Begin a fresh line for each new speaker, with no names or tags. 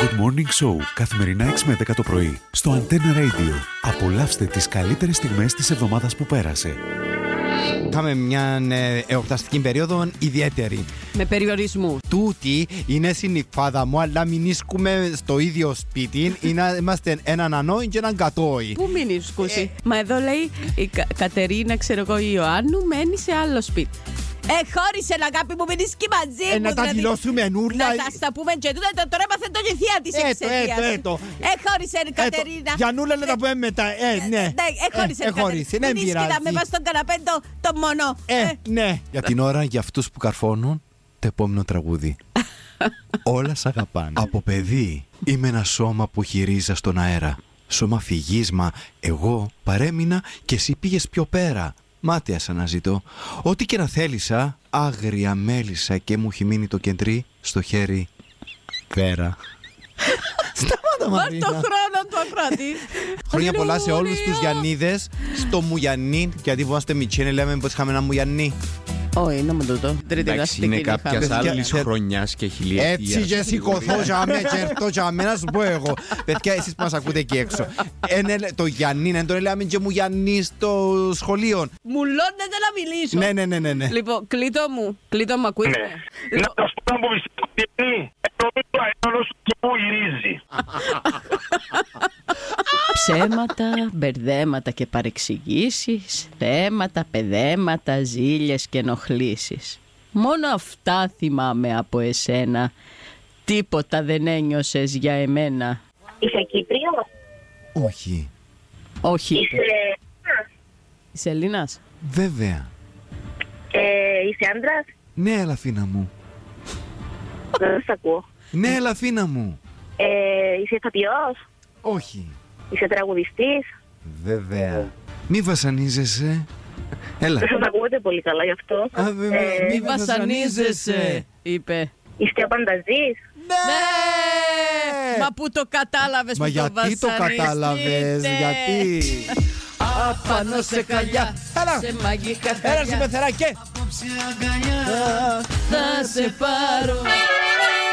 Good Morning Show, καθημερινά 6 με 10 το πρωί, στο Antenna Radio. Απολαύστε τις καλύτερες στιγμές της εβδομάδας που πέρασε.
Είχαμε μια ε, εορταστική περίοδο ιδιαίτερη.
Με περιορισμού.
Τούτη είναι συνυφάδα μου, αλλά μην ίσκουμε στο ίδιο σπίτι ή να είμαστε έναν ανώ και έναν κατόι.
Πού μείνει, Σκούση. Ε, Μα εδώ λέει η Κα- Κατερίνα, ξέρω εγώ, η Ιωάννου μένει σε άλλο σπίτι.
Ε, χώρισε, αγάπη μου, μείνεις και μαζί
Ε,
μου.
να τα
δηλαδή.
δηλώσουμε νουρλα.
Να τα στα πούμε και τούτα, το- τώρα έπαθε το και η θεία της
Έτο,
εξαιτίας.
έτο, έτο.
Ε, χώρισε, ρε,
Ε, το-
Κατερίνα.
Γιανούλα να τα πούμε μετά. Ε, ναι.
Ναι, ε, χώρισε,
Ε,
ρε,
ε, χώρισε,
Κατερίνα.
δεν
Μου δεις και να με
πειράζει.
πας στον καναπέ το, το μόνο.
Ε, ναι. Για την ώρα, για αυτούς που καρφώνουν, το επόμενο τραγούδι. Όλα σ' αγαπάνε. Από παιδί είμαι ένα σώμα που χειρίζα στον αέρα. Σώμα φυγίσμα, εγώ παρέμεινα και εσύ πήγες πιο πέρα. Μάταια σ' αναζητώ. Ό,τι και να θέλησα, άγρια μέλησα και μου έχει μείνει το κεντρί στο χέρι. Πέρα. Σταμάτα
Πάρ' το
Μαρίνα.
χρόνο του ακράτη.
Χρόνια πολλά σε όλους τους Γιαννίδες, στο Μουγιαννί, γιατί βόμαστε Μιτσίνε, λέμε πως είχαμε ένα Μουγιαννί.
Όχι, να μου το το. Τρίτη
Εντάξει, είναι κάποια
είχαμε.
άλλη χρονιάς και χιλιετίας.
Έτσι και σηκωθώ για με και έρθω για μένα να σου πω εγώ. Παιδιά, εσείς που μας ακούτε εκεί έξω. Εν έλε- Το Γιάννη, να τον λέμε και μου Γιάννη στο σχολείο.
Μου λώνεται να μιλήσω.
Ναι, ναι, ναι, ναι. ναι.
Λοιπόν, κλείτο μου. Κλείτο μου, ακούτε.
Ναι. Να
Λοιπόν,
το σου πω που πιστεύω ότι είναι το αέρος και που γυρίζει.
Ψέματα, μπερδέματα και παρεξηγήσεις, θέματα, παιδέματα, ζήλιες και ενοχλήσεις. Μόνο αυτά θυμάμαι από εσένα. Τίποτα δεν ένιωσες για εμένα.
Είσαι Κύπριος,
Όχι,
Όχι. είπε.
είσαι,
Είσαι Ελλήνας.
βέβαια.
ε, είσαι άντρας,
Ναι, Ελαφίνα μου.
δεν σ' ακούω.
Ναι, Ελαφίνα μου.
Ε, είσαι ηθοποιός,
Όχι,
είσαι τραγουδιστής,
βέβαια. Μη βασανίζεσαι. Έλα.
δεν σας ακούγεται πολύ καλά γι' αυτό.
Α, βέβαια.
Ε,
Μη
Μη βασανίζεσαι, είπε.
είστε απανταζής,
Ναι! Μα που το κατάλαβες
Μα
που
γιατί το
βασανιστείτε.
κατάλαβες, γιατί.
Απάνω σε καλιά,
Έλα.
σε μαγικά
Έλα σου
χαλιά,
πεθερά και.
θα σε πάρω.